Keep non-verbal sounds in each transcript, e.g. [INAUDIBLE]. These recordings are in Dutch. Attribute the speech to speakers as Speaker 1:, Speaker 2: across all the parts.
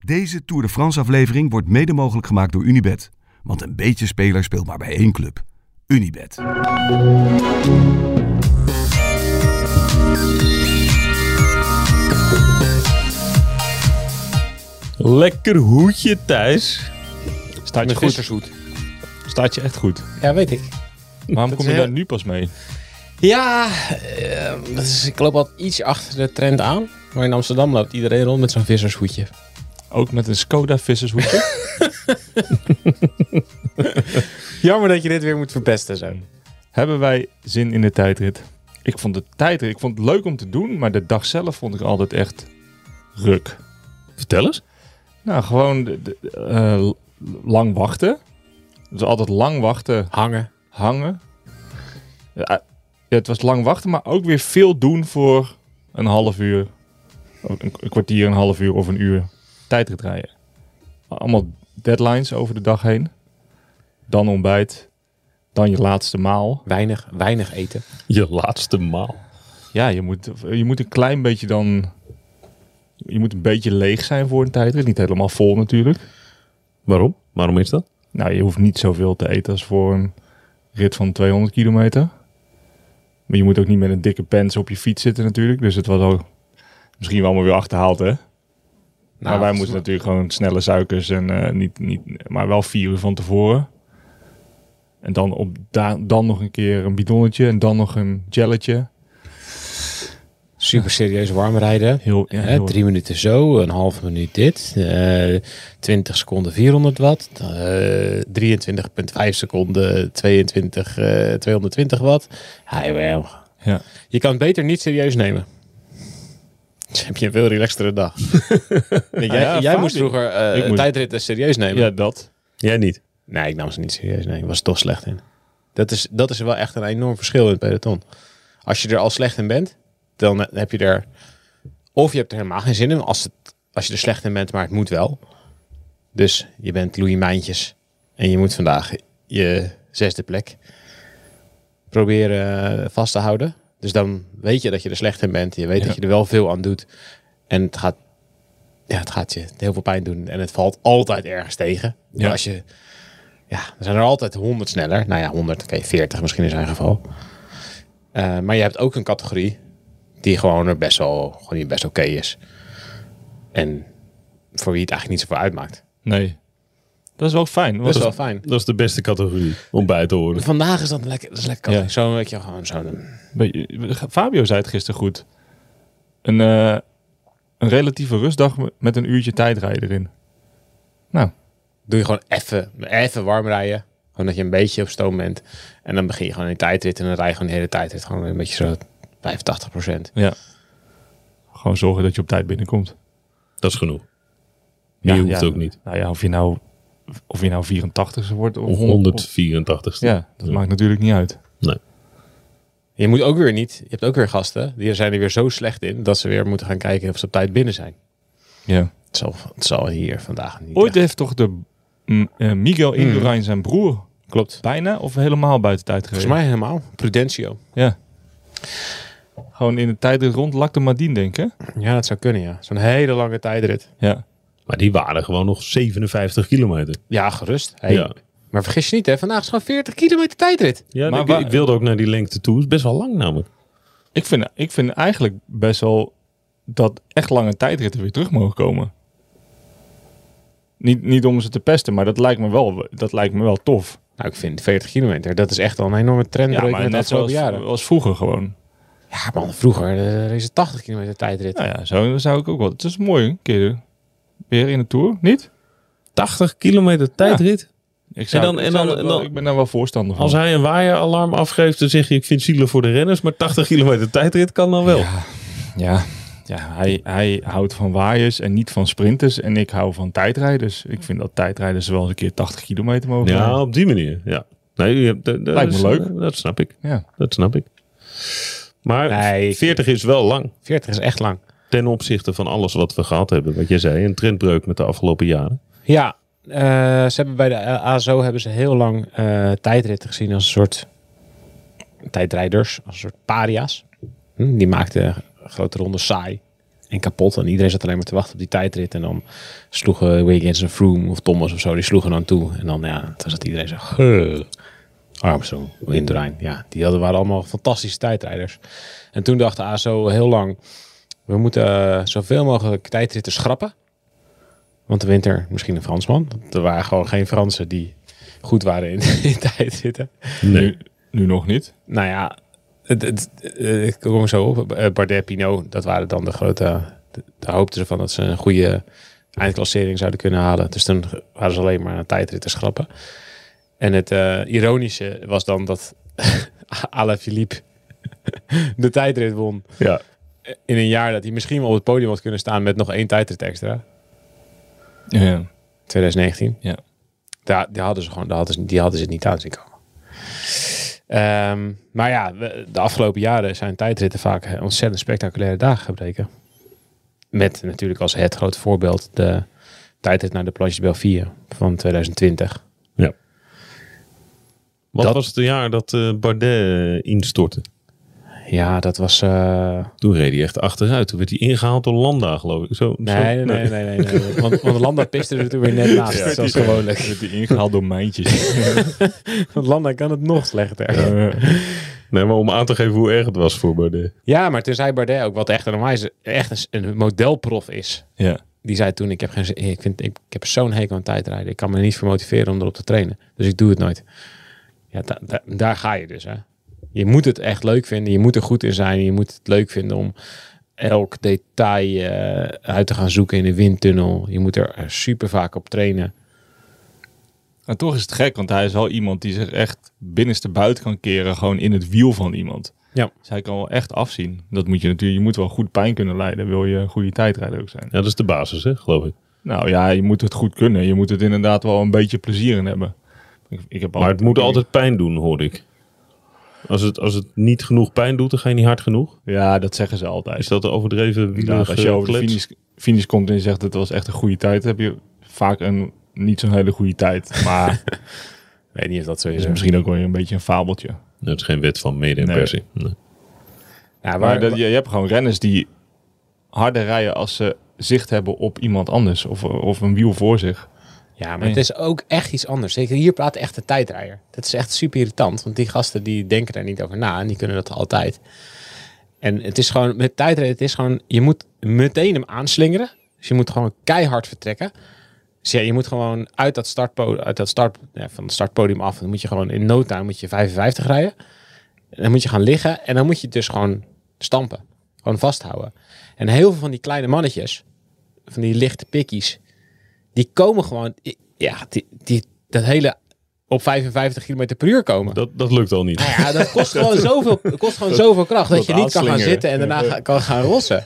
Speaker 1: Deze Tour de France aflevering wordt mede mogelijk gemaakt door Unibet. Want een beetje speler speelt maar bij één club. Unibet.
Speaker 2: Lekker hoedje, Thijs. Staat je,
Speaker 3: Met
Speaker 2: goed,
Speaker 3: vissershoed.
Speaker 2: staat je echt goed.
Speaker 3: Ja, weet ik.
Speaker 2: Waarom kom je
Speaker 3: is
Speaker 2: daar
Speaker 3: heel-
Speaker 2: nu pas mee?
Speaker 3: Ja, eh, dat is, ik loop al iets achter de trend aan. Maar in Amsterdam loopt iedereen rond met zo'n vissershoedje.
Speaker 2: Ook met een Skoda [LAUGHS] vissershoedje?
Speaker 3: Jammer dat je dit weer moet verpesten zo.
Speaker 2: Hebben wij zin in de tijdrit? Ik vond de tijdrit ik vond het leuk om te doen, maar de dag zelf vond ik altijd echt ruk.
Speaker 4: Vertel eens.
Speaker 2: Nou, gewoon de- de- eh, lang wachten. Dus altijd lang wachten,
Speaker 3: Hangen.
Speaker 2: hangen. Ja, eh, ja, het was lang wachten, maar ook weer veel doen voor een half uur. Ook Een, een kwartier, een half uur of een uur tijdrit rijden. Allemaal deadlines over de dag heen. Dan ontbijt. Dan je laatste maal.
Speaker 3: Weinig, weinig eten.
Speaker 4: [LAUGHS] Je laatste maal.
Speaker 2: Ja, je moet, je moet een klein beetje dan... Je moet een beetje leeg zijn voor een tijdrit. Niet helemaal vol natuurlijk.
Speaker 4: Waarom? Waarom is dat?
Speaker 2: Nou, je hoeft niet zoveel te eten als voor een rit van 200 kilometer. Maar je moet ook niet met een dikke pens op je fiets zitten natuurlijk. Dus het was al misschien wel allemaal weer achterhaald, hè? maar Nou, wij
Speaker 3: Nou, dat is
Speaker 2: moeten
Speaker 3: wel-
Speaker 2: natuurlijk gewoon snelle suikers en eh, niet, niet, maar wel vier uur van tevoren. En dan, op, da- dan nog een keer een bidonnetje en dan nog een jelletje.
Speaker 3: Super serieus warm rijden.
Speaker 2: Heel, ja,
Speaker 3: Hè,
Speaker 2: heel-
Speaker 3: drie minuten zo, een halve minuut dit. eh 20 seconden 400 watt. eh 23,5 seconden 22, eh 220 watt. Hij wel.
Speaker 2: Ja.
Speaker 3: Je kan het beter niet serieus nemen. Dan heb je een veel relaxtere [LAUGHS] dag. Nee, jij
Speaker 2: ja,
Speaker 3: jij
Speaker 2: vaak
Speaker 3: moest
Speaker 2: niet.
Speaker 3: vroeger
Speaker 2: Ik
Speaker 3: eh
Speaker 2: moest-
Speaker 3: tijdritten serieus nemen.
Speaker 2: ja, dat.
Speaker 4: Jij niet.
Speaker 3: Nee, ik nam ze niet serieus. Nee, ik was er toch slecht in. Dat is, dat is wel echt een enorm verschil in het peloton. Als je er al slecht in bent, dan eh, heb je er... Of je hebt er helemaal geen zin in als, het, als je er slecht in bent, maar het moet wel. Dus je bent Louis Mijntjes en je moet vandaag je zesde plek proberen eh, vast te houden. Dus dan weet je dat je er slecht in bent. Je weet dat je er wel veel aan doet. En het gaat, ja, het gaat je heel veel pijn doen. En het valt altijd ergens tegen. Maar Als je ja, er zijn er altijd 100 sneller. Nou ja, 100, oké, 40 misschien in zijn geval. Eh, maar je hebt ook een categorie die gewoon er best wel, gewoon die best oké is. En voor wie het eigenlijk niet zoveel uitmaakt.
Speaker 2: Nee. Dat is wel fijn.
Speaker 3: Dat
Speaker 2: want-
Speaker 3: is wel fijn.
Speaker 4: Dat is de beste categorie om bij te horen.
Speaker 3: Vandaag is dat lekker, dat is lekker.
Speaker 2: Ja.
Speaker 3: Zo weet je gewoon zo'n
Speaker 2: Beetje- Fabio zei het gisteren goed. Een, eh, een relatieve rustdag me- met een uurtje tijdrijden erin. Nou,
Speaker 3: doe je gewoon even, even warm rijden. Gewoon dat je een beetje op stoom bent. En dan begin je gewoon in de tijdrit. En dan rij je gewoon de hele tijdrit. Gewoon een beetje zo 85%.
Speaker 2: ja. Gewoon zorgen dat je op tijd binnenkomt.
Speaker 4: Dat is genoeg. Je hoeft ook niet.
Speaker 2: Nou ja, of je nou, of je nou 84 wordt of
Speaker 4: Of
Speaker 2: 100.
Speaker 4: 184ste.
Speaker 2: ja, dat maakt natuurlijk niet uit.
Speaker 4: Nee.
Speaker 3: Je moet ook weer niet. Je hebt ook weer gasten. Die zijn er weer zo slecht in. Dat ze weer moeten gaan kijken of ze op tijd binnen zijn.
Speaker 2: Ja.
Speaker 3: Het zal, het zal hier vandaag niet.
Speaker 2: Ooit
Speaker 3: echt-
Speaker 2: heeft toch de mm, eh, Miguel Indurain zijn broer
Speaker 3: Klopt.
Speaker 2: bijna of helemaal buiten tijd gereden?
Speaker 3: Volgens mij helemaal. Prudentio.
Speaker 2: Ja. Gewoon in de tijdrit rond Lacte Madine, denk ik. hè?
Speaker 3: Ja, dat zou kunnen, ja. Zo'n hele lange tijdrit.
Speaker 2: Ja.
Speaker 4: Maar die waren gewoon nog 57 kilometer.
Speaker 3: Ja, gerust. Hey.
Speaker 4: Ja.
Speaker 3: Maar vergis je niet, hè. Vandaag is gewoon 40 kilometer tijdrit.
Speaker 4: Ja,
Speaker 2: Maar
Speaker 4: ik,
Speaker 2: waar-
Speaker 4: ik wilde ook naar die lengte toe. Het is best wel lang namelijk.
Speaker 2: Ik vind, ik vind eigenlijk best wel dat echt lange tijdritten weer terug mogen komen. Niet, niet om ze te pesten, maar dat lijkt me wel, dat lijkt me wel tof.
Speaker 3: Nou, ik vind 40 kilometer, dat is echt al een enorme trendbreuk met de afgelopen
Speaker 2: zoals,
Speaker 3: jaren.
Speaker 2: als vroeger gewoon.
Speaker 3: Ja, man, vroeger eh, is het 80 kilometer tijdrit.
Speaker 2: Nou ja, zo zou ik ook wel. Het is mooi een keer weer in de Tour, niet?
Speaker 4: 80 kilometer tijdrit.
Speaker 2: Ik,
Speaker 4: En dan-
Speaker 2: ik
Speaker 4: en dan-
Speaker 2: dat
Speaker 4: en
Speaker 2: wel-
Speaker 4: dan-
Speaker 2: ik ben daar wel voorstander van.
Speaker 4: Als hij een waaieralarm afgeeft, dan zeg je ik vind zielen voor de renners. Maar 80 kilometer tijdrit kan dan wel.
Speaker 2: Ja, ja hij, hij houdt van waaiers en niet van sprinters. En ik hou van tijdrijders. Ik vind dat tijdrijders wel eens een keer 80 kilometer mogen
Speaker 4: Ja,
Speaker 2: rijden.
Speaker 4: op die manier. Ja. Nee, je hebt- dat, dat
Speaker 2: Lijkt me
Speaker 4: is-
Speaker 2: leuk.
Speaker 4: Dat snap ik.
Speaker 2: Ja.
Speaker 4: Dat snap ik. Maar
Speaker 3: Nee.
Speaker 4: 40 is wel lang.
Speaker 3: 40 is echt lang.
Speaker 4: Ten opzichte van alles wat we gehad hebben. Wat jij zei, een trendbreuk met de afgelopen jaren.
Speaker 3: Ja, eh, ze hebben bij de eh, ASO hebben ze heel lang eh tijdritten gezien als een soort tijdrijders, als een soort paria's. Hm, die maakten grote rondes saai. en kapot. En iedereen zat alleen maar te wachten op die tijdrit. En dan sloegen Wiggins en Froome of Thomas of zo, die sloegen dan toe. En dan, ja, toen zat iedereen zo... "Huh." Armstrong, Windrein, ja, die hadden, waren allemaal fantastische tijdrijders. En toen dacht de ASO heel lang, we moeten eh, zoveel mogelijk tijdritten schrappen. Want de winter, misschien een Fransman. Want Er waren gewoon geen Fransen die goed waren in, [LAUGHS] in tijdritten.
Speaker 2: Nu, nu nog niet.
Speaker 3: Nou ja, het, het, eh, ik kom er zo op. Eh, Bardet, Pinot, dat waren dan de grote... de- Daar hoopten ze van dat ze een goede eindklassering zouden kunnen halen. Dus toen waren ze alleen maar aan tijdritten schrappen. En het eh, ironische was dan dat [LAUGHS] Alain Philippe [LAUGHS] de tijdrit won.
Speaker 2: Ja.
Speaker 3: In een jaar dat hij misschien wel op het podium had kunnen staan met nog één tijdrit extra.
Speaker 2: Ja.
Speaker 3: 2019.
Speaker 2: Ja.
Speaker 3: Daar, die hadden ze gewoon, daar hadden ze, die hadden ze niet aan zien komen. Ehm, maar ja, we- de afgelopen jaren zijn tijdritten vaak eh, ontzettend spectaculaire dagen gebleken. Met natuurlijk als het grote voorbeeld de tijdrit naar de Plage de Belvier van 2020.
Speaker 4: Wat
Speaker 3: Dat-
Speaker 4: was het jaar dat eh, Bardet eh, instortte?
Speaker 3: Ja, dat was... eh,
Speaker 4: Toen reed hij echt achteruit. Toen werd hij ingehaald door Landa, geloof ik. Zo, zo-
Speaker 3: Nee, nee, nee, nee, nee, nee. Want, want Landa piste er toen weer net naast,
Speaker 2: Ja.
Speaker 3: zoals gewoonlijk.
Speaker 2: Wordt die ingehaald door [LAUGHS] mijntjes.
Speaker 3: Want Landa kan het nog slechter. Ja,
Speaker 2: Eh,
Speaker 4: Nee, maar om aan te geven hoe erg het was voor Bardet.
Speaker 3: maar toen zei Bardet ook, wat echt, een, onwijs- echt een, een modelprof is.
Speaker 2: ja.
Speaker 3: Die zei toen, ik heb, geen, zin- ik vind, ik, ik heb zo'n hekel aan tijdrijden. Ik kan me er niet voor motiveren om erop te trainen. Dus ik doe het nooit. Ja, da- da- daar ga je dus. Hè. Je moet het echt leuk vinden. Je moet er goed in zijn. Je moet het leuk vinden om elk detail eh, uit te gaan zoeken in de windtunnel. Je moet er eh, super vaak op trainen.
Speaker 2: Maar toch is het gek, want hij is wel iemand die zich echt binnenste buiten kan keren, gewoon in het wiel van iemand.
Speaker 3: Ja.
Speaker 2: Dus hij kan wel echt afzien. Dat moet je natuurlijk, je moet wel goed pijn kunnen leiden, wil je een goede tijdrijder ook zijn.
Speaker 4: Ja, dat is de basis, hè, geloof ik.
Speaker 2: Nou ja, je moet het goed kunnen. Je moet het inderdaad wel een beetje plezier in hebben. Ik, ik heb
Speaker 4: Maar het moet altijd pijn doen, hoor ik. Als het, als het niet genoeg pijn doet, dan ga je niet hard genoeg.
Speaker 2: Ja, dat zeggen ze
Speaker 4: Is
Speaker 2: altijd.
Speaker 4: dat de overdreven
Speaker 2: Ja,
Speaker 4: wielerklets?
Speaker 2: als je over de finish, finish komt en je zegt het was echt een goede tijd, heb je vaak een niet zo'n hele goede tijd.
Speaker 4: [LAUGHS]
Speaker 2: Maar het
Speaker 3: Ik weet niet of dat zo
Speaker 2: is misschien ook wel een beetje een fabeltje.
Speaker 4: Dat Nou, is geen wet van mede en
Speaker 2: Nee.
Speaker 4: persie. Nee.
Speaker 3: Ja,
Speaker 2: Maar
Speaker 3: waar,
Speaker 2: dat, je, je hebt gewoon renners die harder rijden als ze zicht hebben op iemand anders of, of een wiel voor zich.
Speaker 3: ja, maar het is ook echt iets anders. Zeker hier praat echt een tijdrijder. Dat is echt super irritant, want die gasten die denken daar niet over na en die kunnen dat altijd. En het is gewoon, met tijdrijden, het is gewoon, je moet meteen hem aanslingeren. Dus je moet gewoon keihard vertrekken. Dus ja, je moet gewoon uit dat, startpo uit dat start, ja, van het startpodium af. Dan moet je gewoon in no time moet je 55 rijden. En dan moet je gaan liggen en dan moet je dus gewoon stampen. Gewoon vasthouden. En heel veel van die kleine mannetjes, van die lichte pikkies, die komen gewoon, ja, die, die, dat hele op 55 km per uur komen.
Speaker 4: Dat, dat lukt al niet.
Speaker 3: Nou ja, dat kost gewoon zoveel, dat kost gewoon zoveel kracht dat,
Speaker 2: dat
Speaker 3: je niet kan gaan
Speaker 2: aanslingeren.
Speaker 3: zitten en daarna ga- kan gaan rossen.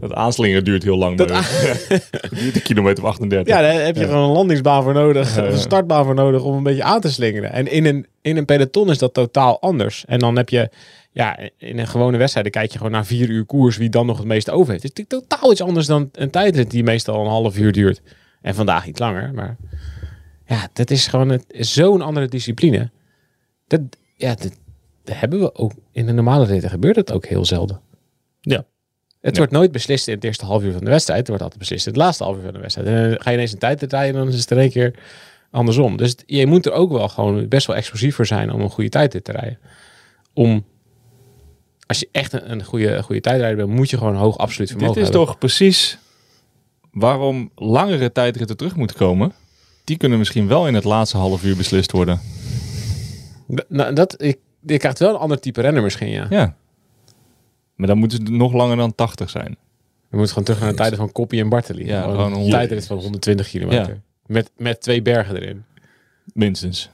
Speaker 2: Dat aanslingeren duurt heel lang. [LAUGHS]
Speaker 3: Dat
Speaker 2: bij hun. Het duurt een kilometer of 38.
Speaker 3: Ja, daar heb je gewoon een landingsbaan voor nodig, of een startbaan voor nodig om een beetje aan te slingeren. En in een, in een peloton is dat totaal anders. En dan heb je, ja, in een gewone wedstrijd dan kijk je gewoon na vier uur koers wie dan nog het meeste over heeft. Het is natuurlijk totaal iets anders dan een tijdrit die meestal een half uur duurt. En vandaag iets langer, maar ja, dat is gewoon het- is zo'n andere discipline. Dat, ja, dat, dat hebben we ook in de normale ritten gebeurt dat ook heel zelden.
Speaker 4: Ja.
Speaker 3: Het wordt nooit beslist in het eerste half uur van de wedstrijd. Het wordt altijd beslist in het laatste half uur van de wedstrijd. En dan ga je ineens een tijd rijden en dan is het in één keer andersom. Dus het- je moet er ook wel gewoon best wel explosief voor zijn om een goede tijd te rijden. Om, als je echt een, een goede, een goede tijdrijder bent, moet je gewoon hoog absoluut
Speaker 2: Dit
Speaker 3: vermogen
Speaker 2: is
Speaker 3: hebben.
Speaker 2: toch precies waarom langere tijdritten terug moeten komen. Die kunnen misschien wel in het laatste half uur beslist worden.
Speaker 3: D- Nou, dat, ik, je krijgt wel een ander type renner misschien, ja.
Speaker 2: Ja. Maar dan moeten ze nog langer dan 80 zijn.
Speaker 3: We moeten gewoon terug naar de tijden van Koppie en Bartoli.
Speaker 2: Ja,
Speaker 3: Gewoon
Speaker 2: gewoon
Speaker 3: een
Speaker 2: honderd-
Speaker 3: tijdrit van 120 kilometer.
Speaker 2: Ja.
Speaker 3: Met, met twee bergen erin.
Speaker 2: Minstens.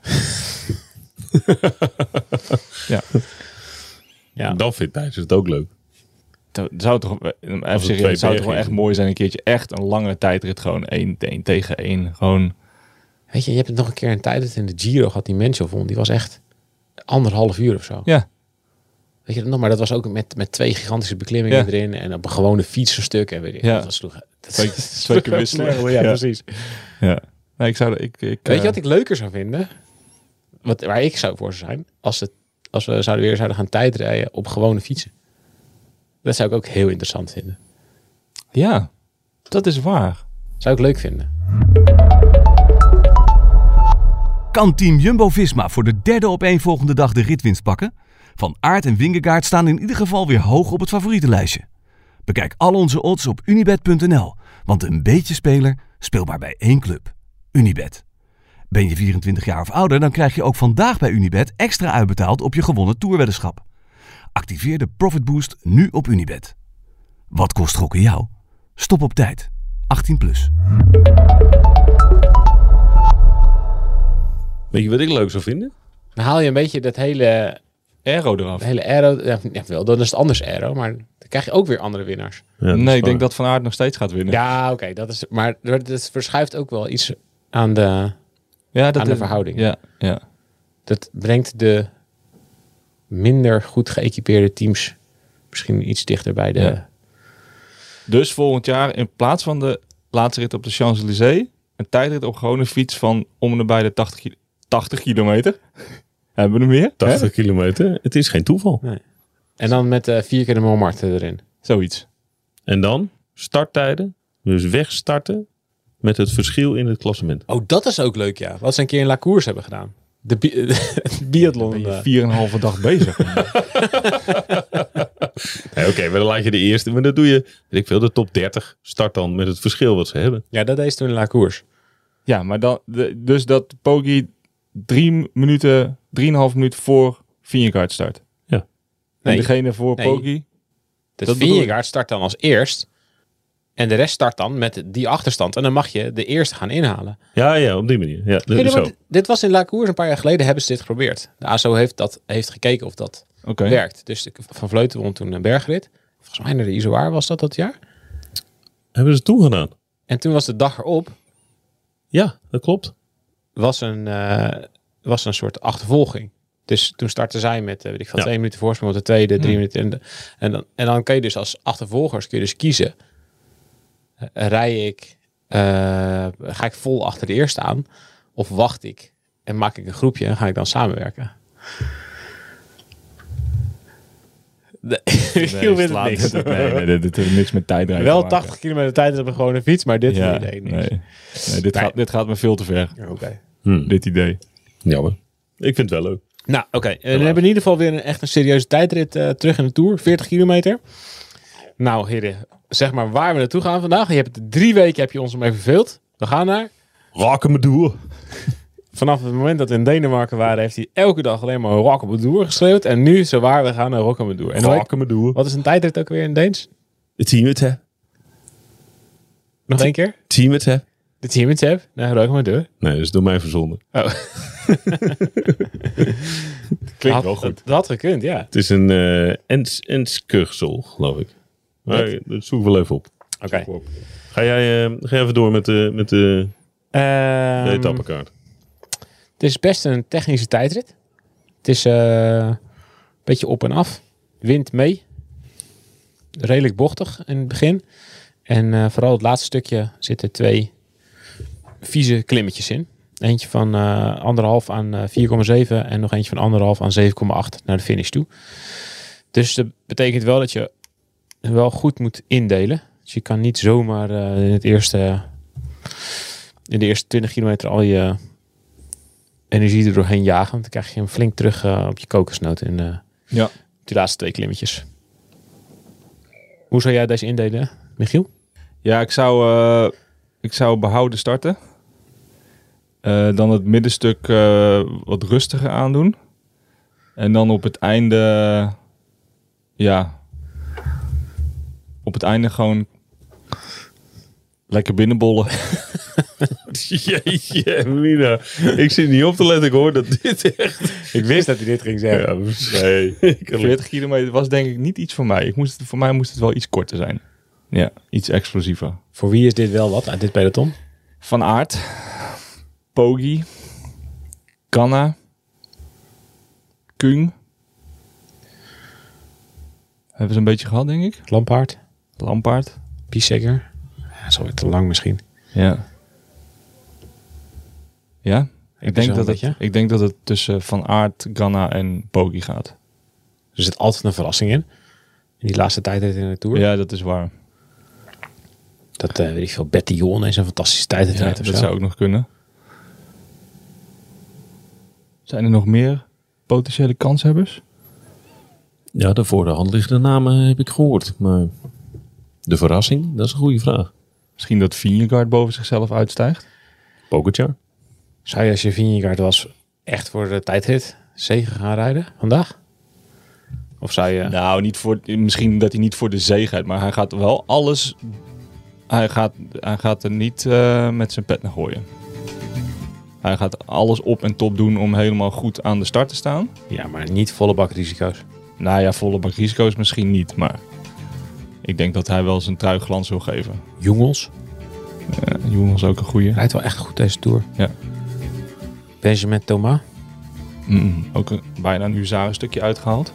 Speaker 3: Ja.
Speaker 4: Dan vindt Thijs het ook leuk.
Speaker 2: Het zou toch, eh, even
Speaker 4: het twee
Speaker 2: serieus, het zou toch wel
Speaker 4: bergen
Speaker 2: echt
Speaker 4: zijn.
Speaker 2: mooi zijn een keertje echt een lange tijdrit. Gewoon één, één tegen één. Gewoon,
Speaker 3: Weet je, je hebt het nog een keer een tijdrit in de Giro gehad die Menschel vond. Die was echt anderhalf uur of zo.
Speaker 2: ja.
Speaker 3: Weet je dat nog? Maar dat was ook met, met twee gigantische beklimmingen
Speaker 2: Ja.
Speaker 3: erin. En op een gewone fietserstuk. En weet ik,
Speaker 2: Ja.
Speaker 3: ja. dat sloeg, [LAUGHS] dat
Speaker 2: Twee, twee keer wisselen.
Speaker 3: Ja, precies.
Speaker 2: Ja. Nee, ik zou, ik, ik,
Speaker 3: Weet
Speaker 2: eh,
Speaker 3: je wat ik leuker zou vinden? Wat, waar ik zou voor zou zijn? Als, het, als we zouden weer zouden gaan tijdrijden op gewone fietsen. Dat zou ik ook heel interessant vinden.
Speaker 2: eh, Ja, dat is waar.
Speaker 3: Zou ik leuk vinden.
Speaker 1: Kan team Jumbo-Visma voor de derde opeenvolgende dag de ritwinst pakken? Van Aert en Wingegaard staan in ieder geval weer hoog op het favorietenlijstje. Bekijk al onze odds op unibet.nl, want een beetje speler speelbaar bij één club. Unibet. Ben je 24 jaar of ouder, dan krijg je ook vandaag bij Unibet extra uitbetaald op je gewonnen toerweddenschap. Activeer de Profit Boost nu op Unibet. Wat kost gokken jou? Stop op tijd. 18 plus.
Speaker 4: Weet je wat ik leuk zou vinden?
Speaker 3: Dan haal je een beetje dat hele,
Speaker 2: Aero eraf.
Speaker 3: dat hele aero. Ja, ja, wel, dan is het anders aero, maar dan krijg je ook weer andere winnaars.
Speaker 4: Ja, dat is
Speaker 2: nee, ik
Speaker 4: waar.
Speaker 2: denk dat Van Aert nog steeds gaat winnen.
Speaker 3: Ja, oké, dat is. Maar dat dat verschuift ook wel iets aan de.
Speaker 2: Ja, dat
Speaker 3: Aan de
Speaker 2: is-
Speaker 3: verhouding.
Speaker 2: Ja, ja.
Speaker 3: Dat brengt de minder goed geëquipeerde teams misschien iets dichter bij de.
Speaker 2: Ja. Dus volgend jaar in plaats van de laatste rit op de Champs-Élysées, een tijdrit op gewone fiets van om en nabij de 80, ki- 80 kilometer. [LAUGHS] Hebben we er meer?
Speaker 4: 80
Speaker 2: Hè?
Speaker 4: kilometer. Het is geen toeval.
Speaker 3: En dan met eh, vier keer de Montmartre erin.
Speaker 2: Zoiets.
Speaker 4: En dan starttijden. Dus wegstarten met het verschil in het klassement.
Speaker 3: Oh, dat is ook leuk, ja. Wat ze een keer in La Course hebben gedaan. De bi- [LAUGHS] de biathlon.
Speaker 2: Ben
Speaker 3: eh,
Speaker 2: je vier en een halve dag bezig. [LAUGHS]
Speaker 4: Nee, Oké, maar dan laat je de eerste. Maar dat doe je, weet ik veel, de top 30. Start dan met het verschil wat ze hebben.
Speaker 3: ja, dat deed ze toen in La Course.
Speaker 2: ja, maar dan, de- dus dat Poggi drie minuten, drieënhalf minuut voor Vingegaard start.
Speaker 3: Nee,
Speaker 2: En degene voor
Speaker 3: Nee.
Speaker 2: Poggi,
Speaker 3: de
Speaker 2: dat bedoel ik.
Speaker 3: Vingegaard start dan als eerst. En de rest start dan met die achterstand. En dan mag je de eerste gaan inhalen.
Speaker 4: Ja, ja, op die manier. Ja,
Speaker 3: Weet je
Speaker 4: zo.
Speaker 3: wat? Dit was in La Course een paar jaar geleden. Hebben ze dit geprobeerd. De ASO heeft, dat, heeft gekeken of dat
Speaker 2: oké.
Speaker 3: werkt. Dus de- Van Vleuten won toen een bergrit. Volgens mij naar de Izoar was dat dat jaar.
Speaker 4: Hebben ze het toen gedaan?
Speaker 3: En toen was de dag erop.
Speaker 4: Ja, dat klopt.
Speaker 3: was een, eh, was een soort achtervolging. Dus toen startte zij met, eh, weet ik veel,
Speaker 4: Ja.
Speaker 3: twee minuten voorsprong op de tweede, drie minuten. En, de- en, dan, en dan kan je dus als achtervolgers kun je dus kiezen. Eh, rij ik, eh, ga ik vol achter de eerste aan? Of wacht ik en maak ik een groepje en ga ik dan samenwerken? [LAUGHS] Nee, Michiel vindt het
Speaker 2: slaat
Speaker 3: niks.
Speaker 2: dit- [LAUGHS] nee, nee, dit, dit heeft niks met tijdrijden
Speaker 3: Wel
Speaker 2: te maken.
Speaker 3: 80 kilometer tijd op een gewone fiets, maar dit
Speaker 2: Ja,
Speaker 3: vind ik
Speaker 2: nee. Nee, dit, gaat, dit gaat me veel te ver,
Speaker 3: Oké.
Speaker 4: Hmm.
Speaker 2: dit idee.
Speaker 4: Jammer. Ik vind het wel leuk.
Speaker 3: Nou, oké. Eh, we hebben in ieder geval weer een, echt een serieuze tijdrit eh, terug in de Tour. 40 kilometer. Nou, heren. Zeg maar waar we naartoe gaan vandaag. Je hebt drie weken heb je ons ermee verveeld. We gaan naar...
Speaker 4: Raken me door.
Speaker 3: Vanaf het moment dat we in Denemarken waren, heeft hij elke dag alleen maar Rockamadour geschreeuwd. En nu, zo waar, we gaan naar Rockamadour. En hoe heet-
Speaker 4: Raken me door.
Speaker 3: wat is een tijdrit ook weer in Deens?
Speaker 4: Team het, hè?
Speaker 3: Nog één keer?
Speaker 4: Team het, hè?
Speaker 3: De Team in Tab naar Rockamadour.
Speaker 4: Nee, dat is door mij verzonnen.
Speaker 3: Oh. [LAUGHS]
Speaker 2: Klinkt
Speaker 3: Had- Dat had gekund, ja.
Speaker 4: Het is een eh ens, Enskugsel, geloof ik. Maar dat zoek ik wel even op.
Speaker 3: Oké.
Speaker 4: Ga jij eh, ga jij even door met de, met de, de
Speaker 3: Ehm,
Speaker 4: etappenkaart?
Speaker 3: Het is best een technische tijdrit. Het is eh, een beetje op en af. Wind mee. Redelijk bochtig in het begin. En eh, vooral het laatste stukje zitten twee vieze klimmetjes in. Eentje van eh, anderhalf aan eh, 4,7 en nog eentje van anderhalf aan 7,8 naar de finish toe. Dus dat betekent wel dat je wel goed moet indelen. Dus je kan niet zomaar eh, in, het eerste, in de eerste 20 kilometer al je energie er doorheen jagen. Want dan krijg je hem flink terug eh, op je kokosnoot in eh,
Speaker 2: Ja.
Speaker 3: die laatste twee klimmetjes. Hoe zou jij deze indelen, Michiel?
Speaker 2: Ja, ik zou, eh, ik zou behouden starten. Eh, dan het middenstuk eh, wat rustiger aandoen. En dan op het einde. ja. Op het einde gewoon. Lekker binnenbollen. [LAUGHS]
Speaker 4: [LAUGHS] Jeetje, Mina. Ik zit niet op te letten. Ik hoor dat dit [LAUGHS] echt...
Speaker 3: Ik wist dat hij dit ging
Speaker 4: Ja, nee. Oh, Ik kan het-
Speaker 2: 40 kilometer was denk ik niet iets voor mij. Ik moest het, voor mij moest het wel iets korter zijn. Ja, iets explosiever.
Speaker 3: Voor wie is dit wel wat uit dit peloton?
Speaker 2: Van Aert. Pogi. Ganna. Kung. Hebben ze een beetje gehad, denk ik.
Speaker 3: Lampaard,
Speaker 2: Lampaard.
Speaker 3: Piesekker. Ja, dat is alweer te lang misschien.
Speaker 2: Ja. Ja? Ik
Speaker 3: zo'n
Speaker 2: denk, dat
Speaker 3: beetje.
Speaker 2: het, ik denk dat het tussen Van Aert, Ganna en Pogi gaat.
Speaker 3: Er zit altijd een verrassing in. In die laatste tijd in de Tour.
Speaker 2: Ja, dat is waar.
Speaker 3: Dat eh, weet ik veel. Bettillon is een fantastische
Speaker 2: Ja,
Speaker 3: tijdrit.
Speaker 2: dat zou ook nog kunnen. Zijn er nog meer potentiële kanshebbers?
Speaker 4: Ja, de voor de hand liggende namen heb ik gehoord. Maar de verrassing, dat is een goede vraag.
Speaker 2: Misschien dat Vingegaard boven zichzelf uitstijgt?
Speaker 4: Pogacar?
Speaker 3: Zou je als je Vingegaard was echt voor de tijdrit zegen gaan rijden vandaag? Of zou je...
Speaker 2: Nou, niet voor, misschien dat hij niet voor de zege gaat, maar hij gaat wel alles... Hij gaat, hij gaat er niet eh, met zijn pet naar gooien. Hij gaat alles op en top doen om helemaal goed aan de start te staan.
Speaker 3: Ja, maar niet volle bak risico's.
Speaker 2: Nou ja, volle bak risico's misschien niet, maar... Ik denk dat hij wel zijn trui glans wil geven.
Speaker 3: Jongels
Speaker 2: Ja, Jonas is ook een goeie.
Speaker 3: rijdt wel echt goed deze Tour.
Speaker 2: Ja.
Speaker 3: Benjamin Thomas.
Speaker 2: Mm, ook een, bijna een huzarenstukje uitgehaald.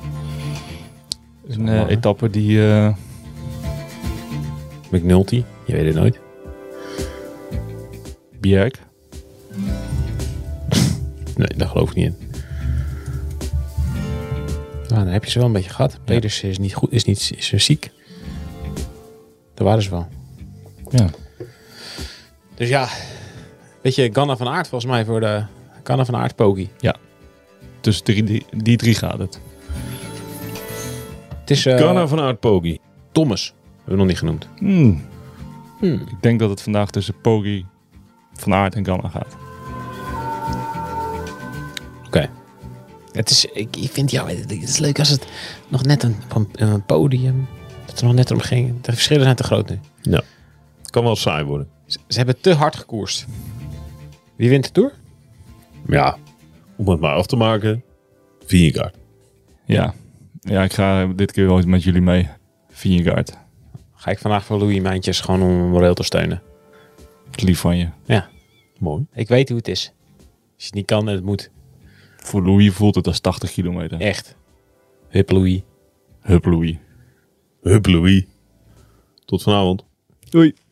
Speaker 2: Is een eh,
Speaker 3: Mooi, hè?
Speaker 2: etappe die... eh,
Speaker 3: McNulty. Je weet het nooit.
Speaker 2: Bjerk.
Speaker 3: Nee, daar geloof ik niet in. Nou, dan heb je ze wel een beetje gehad. Pedersen is niet goed, is niet is weer ziek. Daar waren ze wel.
Speaker 2: Ja.
Speaker 3: Dus ja, weet je, Ganna van Aert volgens mij voor de... Ganna van Aert Pogi.
Speaker 2: Tussen drie, die, die drie gaat het.
Speaker 3: Het is eh,
Speaker 4: Ghana van Aert Pogi.
Speaker 3: Thomas. Hebben we nog niet genoemd.
Speaker 2: Hmm. Ik denk dat het vandaag tussen Poggi, Van Aert en Ganna gaat.
Speaker 3: Oké. Het is, ik, ik vind, ja, het is leuk als het nog net een, van- een podium, dat er nog net om ging. De verschillen zijn te groot nu.
Speaker 4: Ja. Kan wel saai worden.
Speaker 3: Ze, ze hebben te hard gekoerst. Wie wint de Tour?
Speaker 4: Ja. Om het maar af te maken. Vingegaard.
Speaker 2: Ja. Ja, ik ga dit keer wel eens met jullie mee. Vingegaard.
Speaker 3: Ga ik vandaag voor Louis Mijntjes gewoon om hem moreel te steunen.
Speaker 2: Het lief van je.
Speaker 3: Ja,
Speaker 4: Mooi.
Speaker 3: ik weet hoe het is. Als je het niet kan en het moet.
Speaker 2: Voor Louis voelt het als 80 kilometer.
Speaker 3: Echt. Hup Louis.
Speaker 2: Hup Louis.
Speaker 4: Hup Louis. Tot vanavond.
Speaker 2: Doei.